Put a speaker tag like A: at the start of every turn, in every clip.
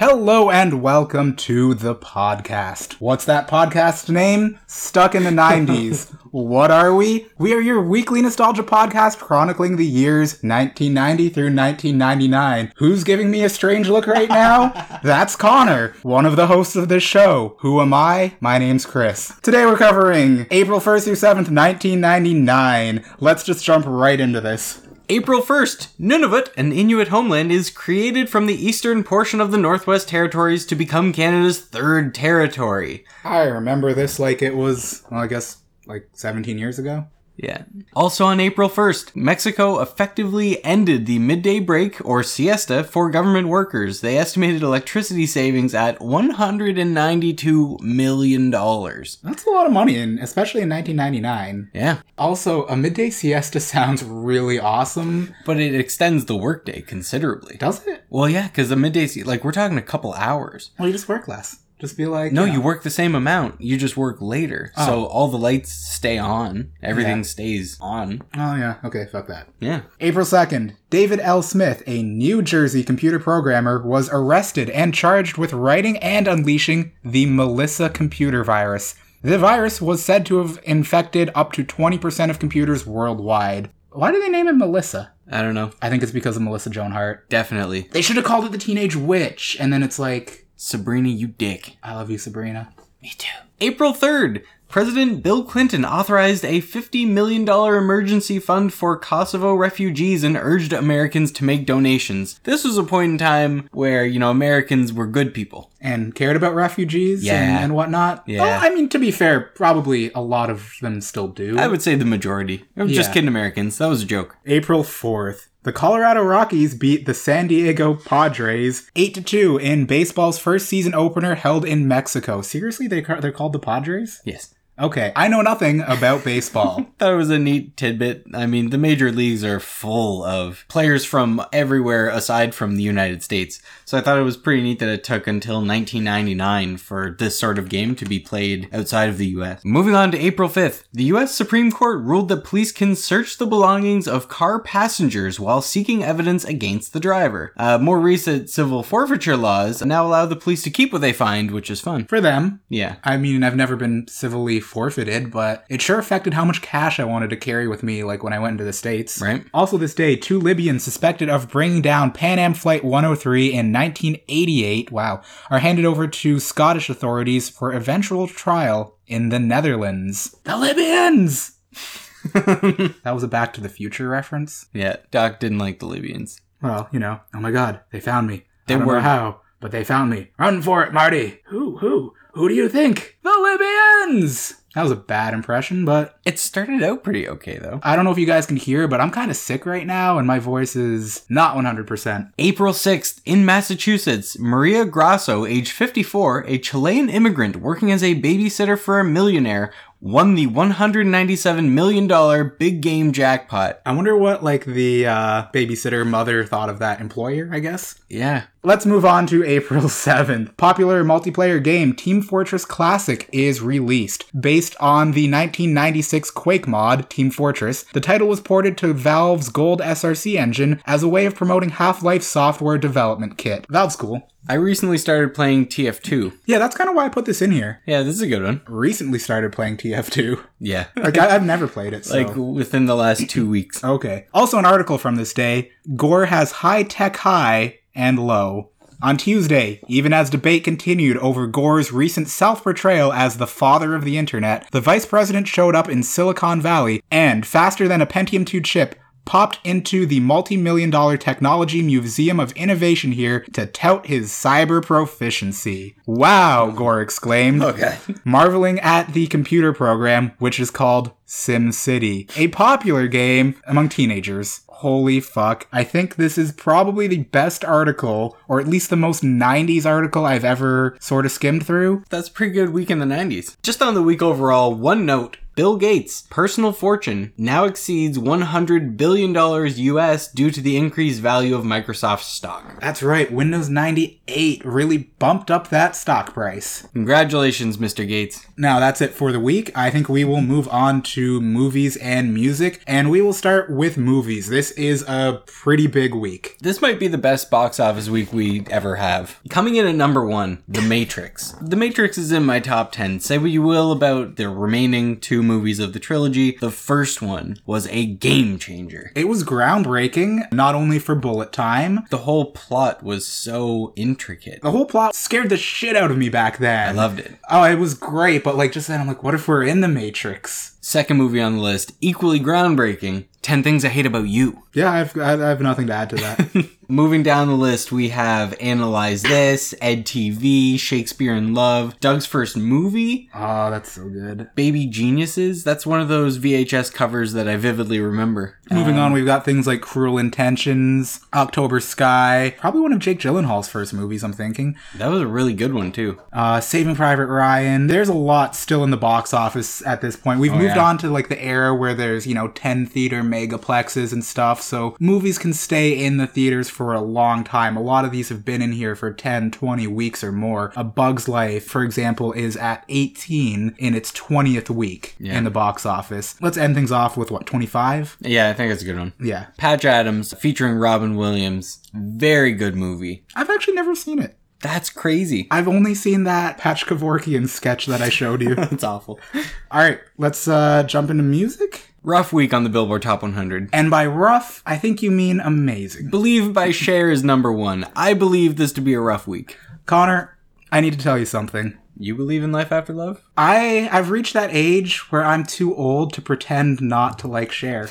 A: Hello and welcome to the podcast. What's that podcast name? Stuck in the 90s. what are we? We are your weekly nostalgia podcast chronicling the years 1990 through 1999. Who's giving me a strange look right now? That's Connor, one of the hosts of this show. Who am I? My name's Chris. Today we're covering April 1st through 7th, 1999. Let's just jump right into this.
B: April 1st, Nunavut, an Inuit homeland, is created from the eastern portion of the Northwest Territories to become Canada's third territory.
A: I remember this like it was, well, I guess like 17 years ago.
B: Yeah. Also on April 1st, Mexico effectively ended the midday break or siesta for government workers. They estimated electricity savings at $192 million.
A: That's a lot of money, and especially in 1999.
B: Yeah,
A: Also, a midday siesta sounds really awesome.
B: but it extends the workday considerably.
A: Does it?
B: Well, yeah, because the midday, se- like, we're talking a couple hours.
A: Well, you just work less. Just be like,
B: No,
A: you
B: you
A: know,
B: work the same amount. You just work later. So all the lights stay on. Everything
A: Yeah.
B: stays on.
A: Oh, yeah. Okay, fuck that.
B: Yeah.
A: April 2nd, David L. Smith, a New Jersey computer programmer, was arrested and charged with writing and unleashing the Melissa computer virus. The virus was said to have infected up to 20% of computers worldwide. Why do they name it Melissa?
B: I don't know.
A: I think it's because of Melissa Joan Hart.
B: Definitely.
A: They should have called it the Teenage Witch, and then it's like,
B: Sabrina, you dick.
A: I love you, Sabrina.
B: Me too. April 3rd, President Bill Clinton authorized a $50 million emergency fund for Kosovo refugees and urged Americans to make donations. This was a point in time where, you know, Americans were good people.
A: And cared about refugees
B: Yeah.
A: and, and whatnot.
B: Yeah.
A: Oh, I mean, to be fair, probably a lot of them still do.
B: I would say the majority. I'm just
A: Yeah.
B: kidding, Americans. That was a joke.
A: April 4th. The Colorado Rockies beat the San Diego Padres 8 2 in baseball's first season opener held in Mexico. Seriously, they ca- they're called the Padres?
B: Yes.
A: Okay, I know nothing about baseball.
B: That was a neat tidbit. I mean, the major leagues are full of players from everywhere aside from the United States. So I thought it was pretty neat that it took until 1999 for this sort of game to be played outside of the US. Moving on to April 5th, the US Supreme Court ruled that police can search the belongings of car passengers while seeking evidence against the driver. Uh, more recent civil forfeiture laws now allow the police to keep what they find, which is fun.
A: For them,
B: Yeah.
A: I mean, I've never been civilly forfeited, but it sure affected how much cash I wanted to carry with me, like when I went into the States.
B: Right?
A: Also, this day, two Libyans suspected of bringing down Pan Am Flight 103 in 1988, wow, are handed over to Scottish authorities for eventual trial in the Netherlands. The Libyans! that was a Back to the Future reference.
B: Yeah. Doc didn't like the Libyans.
A: Well, you know, oh my god, they found me.
B: They
A: I don't
B: were-
A: know how, but they found me. Run for it, Marty! Who, who, who do you think? The Libyans! That was a bad impression, but
B: It started out pretty okay though.
A: I don't know if you guys can hear, but I'm kind of sick right now, and my voice is not 100%.
B: April 6th, in Massachusetts, Maria Grasso, age 54, a Chilean immigrant working as a babysitter for a millionaire, won the $197 million big game jackpot.
A: I wonder what like the uh, babysitter mother thought of that employer. I guess.
B: Yeah.
A: Let's move on to April 7th. Popular multiplayer game Team Fortress Classic is released. Based on the 1996 Quake mod, Team Fortress, the title was ported to Valve's Gold SRC engine as a way of promoting Half Life software development kit. Valve's cool.
B: I recently started playing TF2.
A: Yeah, that's kind of why I put this in here.
B: Yeah, this is a good one.
A: Recently started playing TF2.
B: Yeah.
A: Like, I- I've never played it, so.
B: Like within the last two weeks.
A: Okay. Also, an article from this day Gore has high tech high and low. On Tuesday, even as debate continued over Gore's recent self portrayal as the father of the internet, the vice president showed up in Silicon Valley and, faster than a Pentium 2 chip, popped into the multi million dollar technology museum of innovation here to tout his cyber proficiency. Wow, Gore exclaimed
B: Okay.
A: marveling at the computer program, which is called SimCity, a popular game among teenagers. Holy fuck. I think this is probably the best article, or at least the most 90s article I've ever sort of skimmed through.
B: That's a pretty good week in the 90s. Just on the week overall, one note Bill Gates' personal fortune now exceeds $100 billion US due to the increased value of Microsoft stock.
A: That's right, Windows 98 really bumped up that stock price.
B: Congratulations, Mr. Gates.
A: Now that's it for the week. I think we will move on to movies and music, and we will start with movies. This is a pretty big week.
B: This might be the best box office week we ever have. Coming in at number one, The Matrix. The Matrix is in my top 10. Say what you will about the remaining two movies of the trilogy. The first one was a game changer.
A: It was groundbreaking, not only for bullet time,
B: The whole plot was so intricate.
A: the whole plot scared the shit out of me back then.
B: I loved it.
A: Oh, it was great, but like just then, I'm like, what if we're in the Matrix?
B: Second movie on the list, equally groundbreaking 10 Things I Hate About You.
A: Yeah, I've, I I have nothing to add to that.
B: Moving down the list, we have Analyze This, Ed TV, Shakespeare in Love, Doug's First Movie,
A: oh, that's so good.
B: Baby Geniuses. That's one of those VHS covers that I vividly remember.
A: Moving on, we've got things like Cruel Intentions, October Sky, probably one of Jake Gyllenhaal's first movies, I'm thinking.
B: That was a really good one, too.
A: Uh, Saving Private Ryan. There's a lot still in the box office at this point. We've moved
B: Oh, yeah.
A: on to like the era where there's, you know, 10 theater megaplexes and stuff, so movies can stay in the theaters for a long time. A lot of these have been in here for 10, 20 weeks or more. A Bug's Life, for example, is at 18 in its 20th week
B: Yeah.
A: in the box office. Let's end things off with what, 25?
B: Yeah, I think that's a good one.
A: Yeah.
B: Patch Adams featuring Robin Williams. Very good movie.
A: I've actually never seen it.
B: That's crazy.
A: I've only seen that Patch Kevorkian sketch that I showed you.
B: That's awful.
A: All right, let's uh, jump into music.
B: Rough week on the Billboard Top 100.
A: And by rough, I think you mean amazing.
B: Believe by Cher is number one. I believe this to be a rough week.
A: Connor, I need to tell you something.
B: You believe in life after love?
A: I I've reached that age where I'm too old to pretend not to like Cher.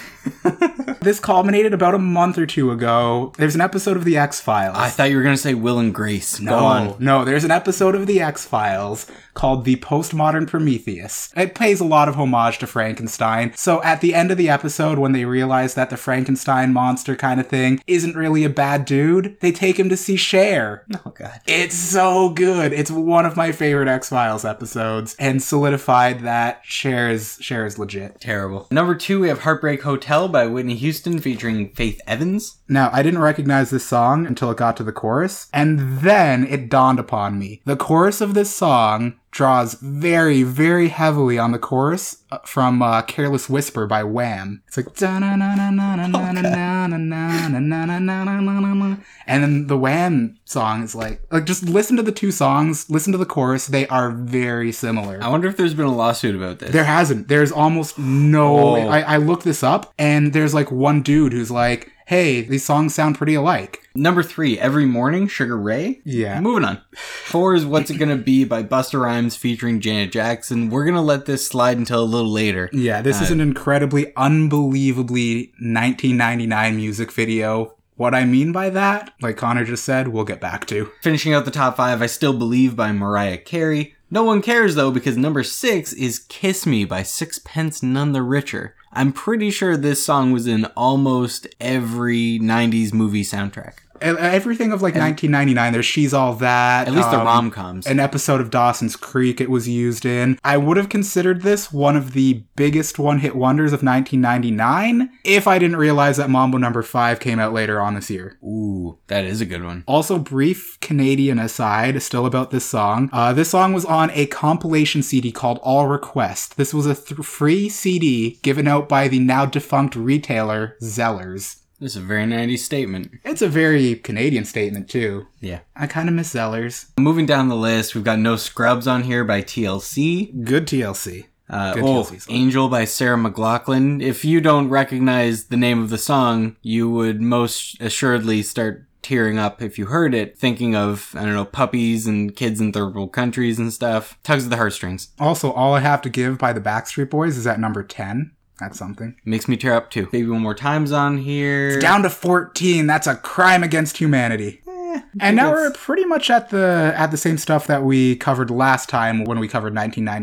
A: this culminated about a month or two ago. There's an episode of The X Files.
B: I thought you were gonna say Will and Grace. Go
A: No,
B: on.
A: no, there's an episode of The X Files called The Postmodern Prometheus. It pays a lot of homage to Frankenstein. So at the end of the episode, when they realize that the Frankenstein monster kind of thing isn't really a bad dude, they take him to see Cher.
B: Oh god.
A: It's so good. It's one of my favorite X Files episodes, and solidified that Cher is Cher is legit.
B: Terrible. Number two, we have Heartbreak Hotel by Whitney Houston featuring Faith Evans.
A: Now, I didn't recognize this song until it got to the chorus, and then it dawned upon me. The chorus of this song draws very, very heavily on the chorus uh, from uh, "Careless Whisper" by Wham. It's like da na na na na na na na na na na na na na na na na na, and then the Wham song is like, like just listen to the two songs, listen to the chorus. They are very similar.
B: I wonder if there's been a lawsuit about this.
A: There hasn't. There's almost no.
B: Oh.
A: I, I looked this up, and there's like one dude who's like, "Hey, these songs sound pretty alike."
B: Number three, Every Morning, Sugar Ray.
A: Yeah.
B: Moving on. Four is What's It Gonna Be by Buster Rhymes featuring Janet Jackson. We're gonna let this slide until a little later.
A: Yeah, this is an incredibly, unbelievably 1999 music video. What I mean by that, like Connor just said, we'll get back to.
B: Finishing out the top five, I Still Believe by Mariah Carey. No one cares though, because number six is Kiss Me by Sixpence None the Richer. I'm pretty sure this song was in almost every 90s movie soundtrack.
A: E- Everything of like 1999, there's She's All That.
B: At least the
A: um,
B: rom coms.
A: an episode of Dawson's Creek it was used in. I would have considered this one of the biggest one-hit wonders of 1999 if I didn't realize that Mambo number 5 came out later on this year.
B: Ooh, that is a good one.
A: Also, brief Canadian aside, still about this song. Uh, this song was on a compilation CD called All Request. This was a th- free CD given out by the now defunct retailer Zellers.
B: This is a very 90s statement.
A: It's a very Canadian statement, too.
B: Yeah.
A: I kind of miss Zellers.
B: Moving down the list, we've got No Scrubs on here by TLC.
A: Good TLC.
B: Uh,
A: Good
B: oh,
A: TLC song.
B: Angel by Sarah McLaughlin. If you don't recognize the name of the song, you would most assuredly start tearing up if you heard it, thinking of, I don't know, puppies and kids in third world countries and stuff. Tugs at the heartstrings.
A: Also, All I Have to Give by the Backstreet Boys is at number 10. That's something.
B: Makes me tear up too. Baby One More Time's on here.
A: Down to 14. That's a crime against humanity.
B: Eh,
A: And now we're pretty much at the at the same stuff that we covered last time when we covered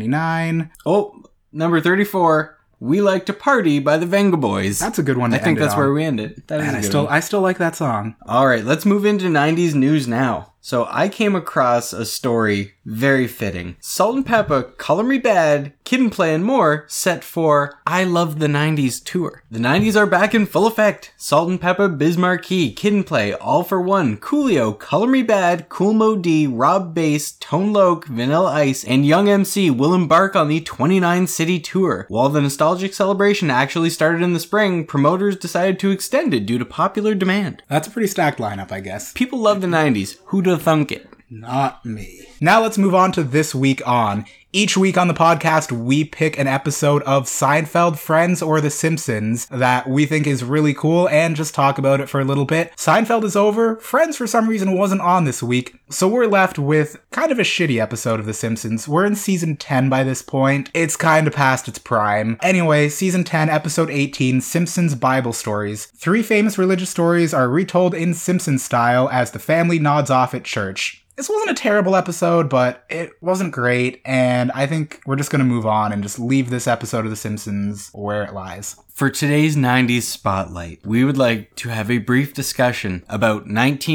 A: 1999.
B: Oh, number 34. We Like to Party by the Venga Boys.
A: That's a good one. To
B: I think
A: end it
B: that's where
A: on.
B: we end it. That is
A: Man,
B: a
A: I
B: good
A: still
B: one.
A: I still like that song.
B: All right, let's move into 90s news now. So I came across a story very fitting. Salt and Pepper, Color Me Bad, Kid and Play and More set for I Love the 90s tour. The 90s are back in full effect. Salt and Pepper, Bismarcky, Kid and Play, All for One, Coolio, Color Me Bad, Cool Mo D, Rob Bass, Tone Loc, Vanilla Ice, and Young MC will embark on the 29 city tour. While the nostalgic celebration actually started in the spring, promoters decided to extend it due to popular demand.
A: That's a pretty stacked lineup, I guess.
B: People love the 90s. Who'da thunk it?
A: Not me. Now let's move on to this week on. Each week on the podcast, we pick an episode of Seinfeld, Friends, or The Simpsons that we think is really cool and just talk about it for a little bit. Seinfeld is over. Friends, for some reason, wasn't on this week. So we're left with kind of a shitty episode of The Simpsons. We're in season 10 by this point. It's kind of past its prime. Anyway, season 10, episode 18 Simpsons Bible Stories. Three famous religious stories are retold in Simpson style as the family nods off at church this wasn't a terrible episode, but it wasn't great, and I think we're just gonna move on and just leave this episode of The Simpsons where it lies.
B: For today's 90s spotlight, we would like to have a brief discussion about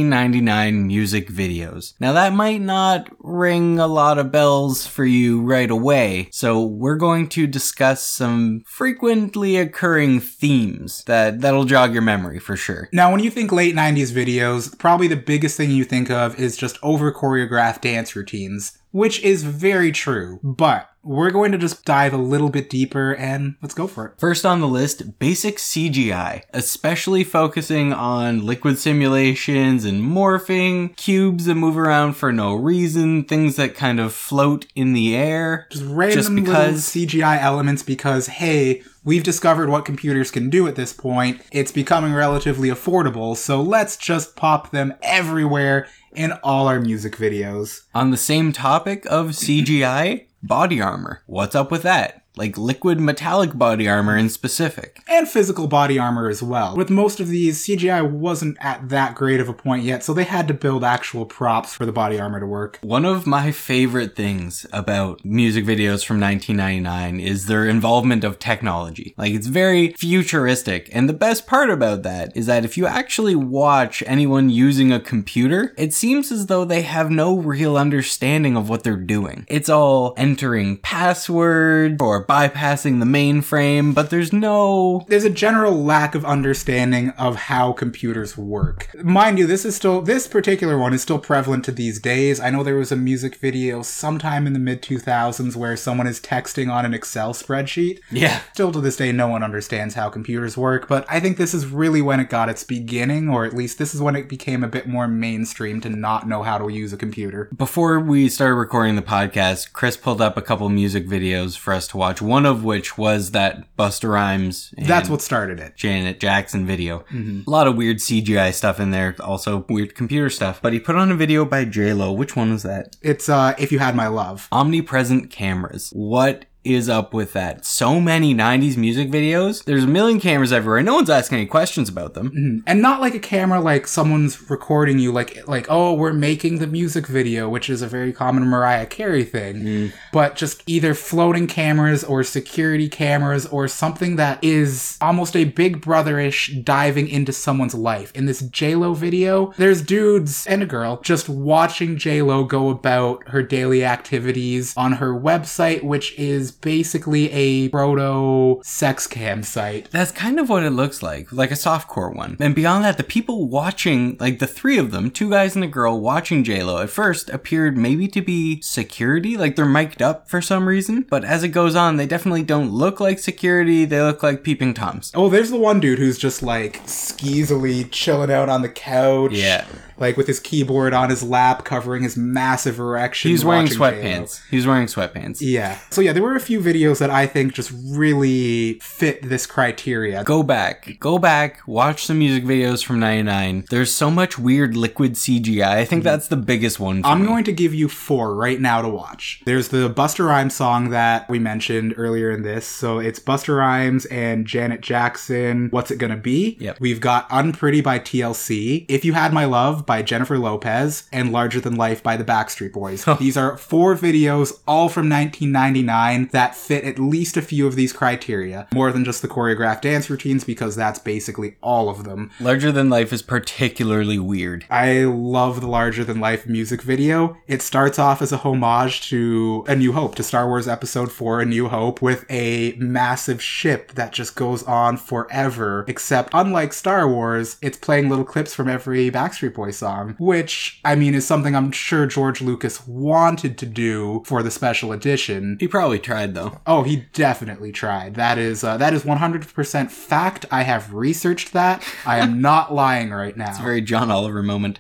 B: 1999 music videos. Now, that might not ring a lot of bells for you right away, so we're going to discuss some frequently occurring themes that, that'll jog your memory for sure.
A: Now, when you think late 90s videos, probably the biggest thing you think of is just over choreographed dance routines, which is very true, but we're going to just dive a little bit deeper and let's go for it.
B: First on the list, basic CGI, especially focusing on liquid simulations and morphing, cubes that move around for no reason, things that kind of float in the air.
A: Just random
B: Just because-
A: little CGI elements because, hey, we've discovered what computers can do at this point. It's becoming relatively affordable, so let's just pop them everywhere in all our music videos.
B: On the same topic of CGI, body armor. What's up with that? Like liquid metallic body armor in specific.
A: and physical body armor as well. With most of these, CGI wasn't at that great of a point yet, so they had to build actual props for the body armor to work.
B: One of my favorite things about music videos from 1999 is their involvement of technology. Like, it's very futuristic. And the best part about that is that if you actually watch anyone using a computer, it seems as though they have no real understanding of what they're doing. It's all entering password or bypassing the mainframe, but there's no.
A: There's a general lack of understanding of how computers work. Mind you, this is still this particular one is still prevalent to these days. I know there was a music video sometime in the mid 2000s where someone is texting on an Excel spreadsheet.
B: Yeah.
A: Still to this day, no one understands how computers work, but I think this is really when it got its beginning, or at least this is when it became a bit more mainstream to not know how to use a computer.
B: Before we started recording the podcast, Chris pulled up a couple music videos for us to watch, one of which was that Buster Rhymes and
A: That's what started it.
B: Janet Jackson video. A lot of weird CGI stuff in there, also weird computer stuff. But he put on a video by JLo. Which one was that?
A: It's uh If You Had My Love.
B: Omnipresent cameras. What is up with that? So many 90s music videos. There's a million cameras everywhere. No one's asking any questions about them.
A: Mhm. And not like a camera like someone's recording you like like oh we're making the music video which is a very common Mariah Carey thing but just either floating cameras or security cameras or something that is almost a big brotherish diving into someone's life. In this JLo video, there's dudes and a girl just watching JLo go about her daily activities on her website, which is basically a proto sex cam site.
B: That's kind of what it looks like, like a softcore one. And beyond that, the people watching, like the three of them, two guys and a girl watching JLo at first appeared maybe to be security, like they're mic'd up for some reason. But as it goes on, they definitely don't look like security, they look like peeping toms.
A: Oh, there's the one dude who's just like skeezily chilling out on the couch.
B: Yeah.
A: Like with his keyboard on his lap, covering his massive erection.
B: He's wearing
A: watching JLo.
B: sweatpants. He's wearing sweatpants.
A: Yeah. So yeah, there were a few videos that I think just really fit this criteria.
B: Go back, go back, watch some music videos from 99. There's so much weird liquid CGI. I think that's the biggest one. For
A: Mm-hmm. I'm
B: me.
A: going to give you four right now to watch. There's the Buster Rhymes song that we mentioned earlier in this. So it's Buster Rhymes and Janet Jackson. What's it gonna be?
B: Yep.
A: We've got Unpretty by TLC, If You Had My Love by Jennifer Lopez, and Larger Than Life by the Backstreet Boys. These are four videos, all from 1999. that fit at least a few of these criteria, more than just the choreographed dance routines, because that's basically all of them.
B: Larger Than Life is particularly weird.
A: I love the larger than life music video. It starts off as a homage to A New Hope, to Star Wars Episode 4 A New Hope, with a massive ship that just goes on forever. Except, unlike Star Wars, it's playing little clips from every Backstreet Boy song, which, I mean, is something I'm sure George Lucas wanted to do for the special edition.
B: He probably tried though.
A: Oh, he definitely tried. That is uh, that is 100% fact. I have researched that. I am not lying right now.
B: It's a very John Oliver moment.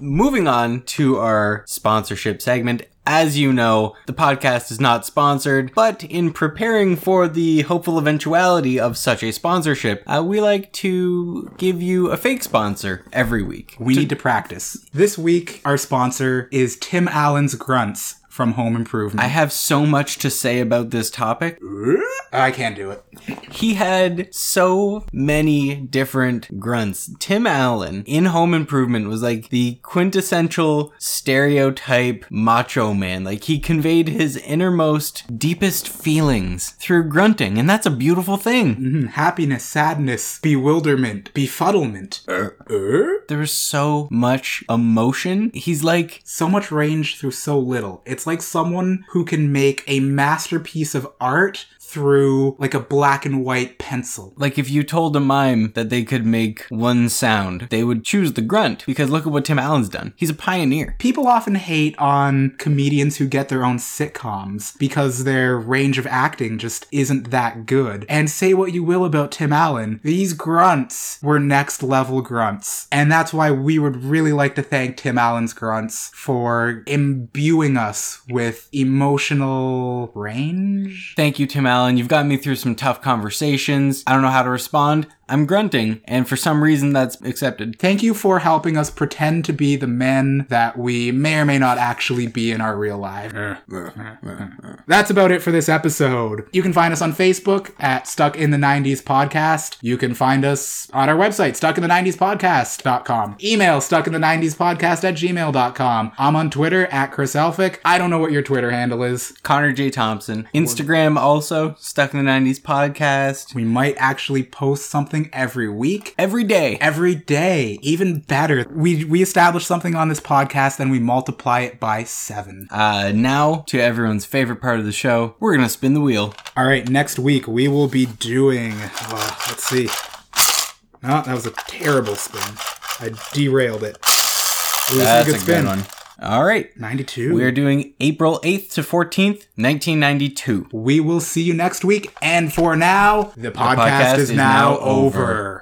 B: Moving on to our sponsorship segment. As you know, the podcast is not sponsored, but in preparing for the hopeful eventuality of such a sponsorship, uh, we like to give you a fake sponsor every week.
A: We need to practice. This week, our sponsor is Tim Allen's Grunts from Home
B: I
A: Improvement.
B: have so much to say about this topic.
A: I, can't do it.
B: He had so many different grunts. Tim Allen in Home Improvement was like the quintessential stereotype macho man. Like he conveyed his innermost, deepest feelings through grunting, and that's a beautiful thing.
A: Mhm. Happiness, sadness, bewilderment, befuddlement. Uh?
B: There was so much emotion. He's like,
A: So much range through so little. It's like someone who can make a masterpiece of art through like a black and white pencil.
B: like if you told a mime that they could make one sound, they would choose the grunt because look at what Tim Allen's done. He's a pioneer.
A: People often hate on comedians who get their own sitcoms because their range of acting just isn't that good. And say what you will about Tim Allen, these grunts were next level grunts. And that's why we would really like to thank Tim Allen's grunts for imbuing us with emotional range.
B: Thank you, Tim Allen. You've gotten me through some tough conversations. I don't know how to respond. I'm grunting, and for some reason that's accepted.
A: Thank you for helping us pretend to be the men that we may or may not actually be in our real life. That's about it for this episode. You can find us on Facebook at Stuck in the 90s Podcast. You can find us on our website, stuckinthe90spodcast.com. Email stuckinthe90spodcast at gmail.com. I'm on Twitter at Chris Elphick. I don't know what your Twitter handle is.
B: Connor J. Thompson. Instagram also, Stuck in the 90s podcast.
A: We might actually post something every week.
B: Every day.
A: Every day, even better. We we establish something on this podcast, then we multiply it by seven.
B: Uh, now, to everyone's favorite part of the show, we're gonna spin the wheel.
A: All right, next week we will be doing. Uh, let's see. No, that was a terrible spin. I derailed it. It was
B: All right.
A: 92.
B: We're doing April 8th to 14th, 1992.
A: We will see you next week. And for now, the podcast,
B: podcast
A: is,
B: is
A: now
B: now over.
A: over.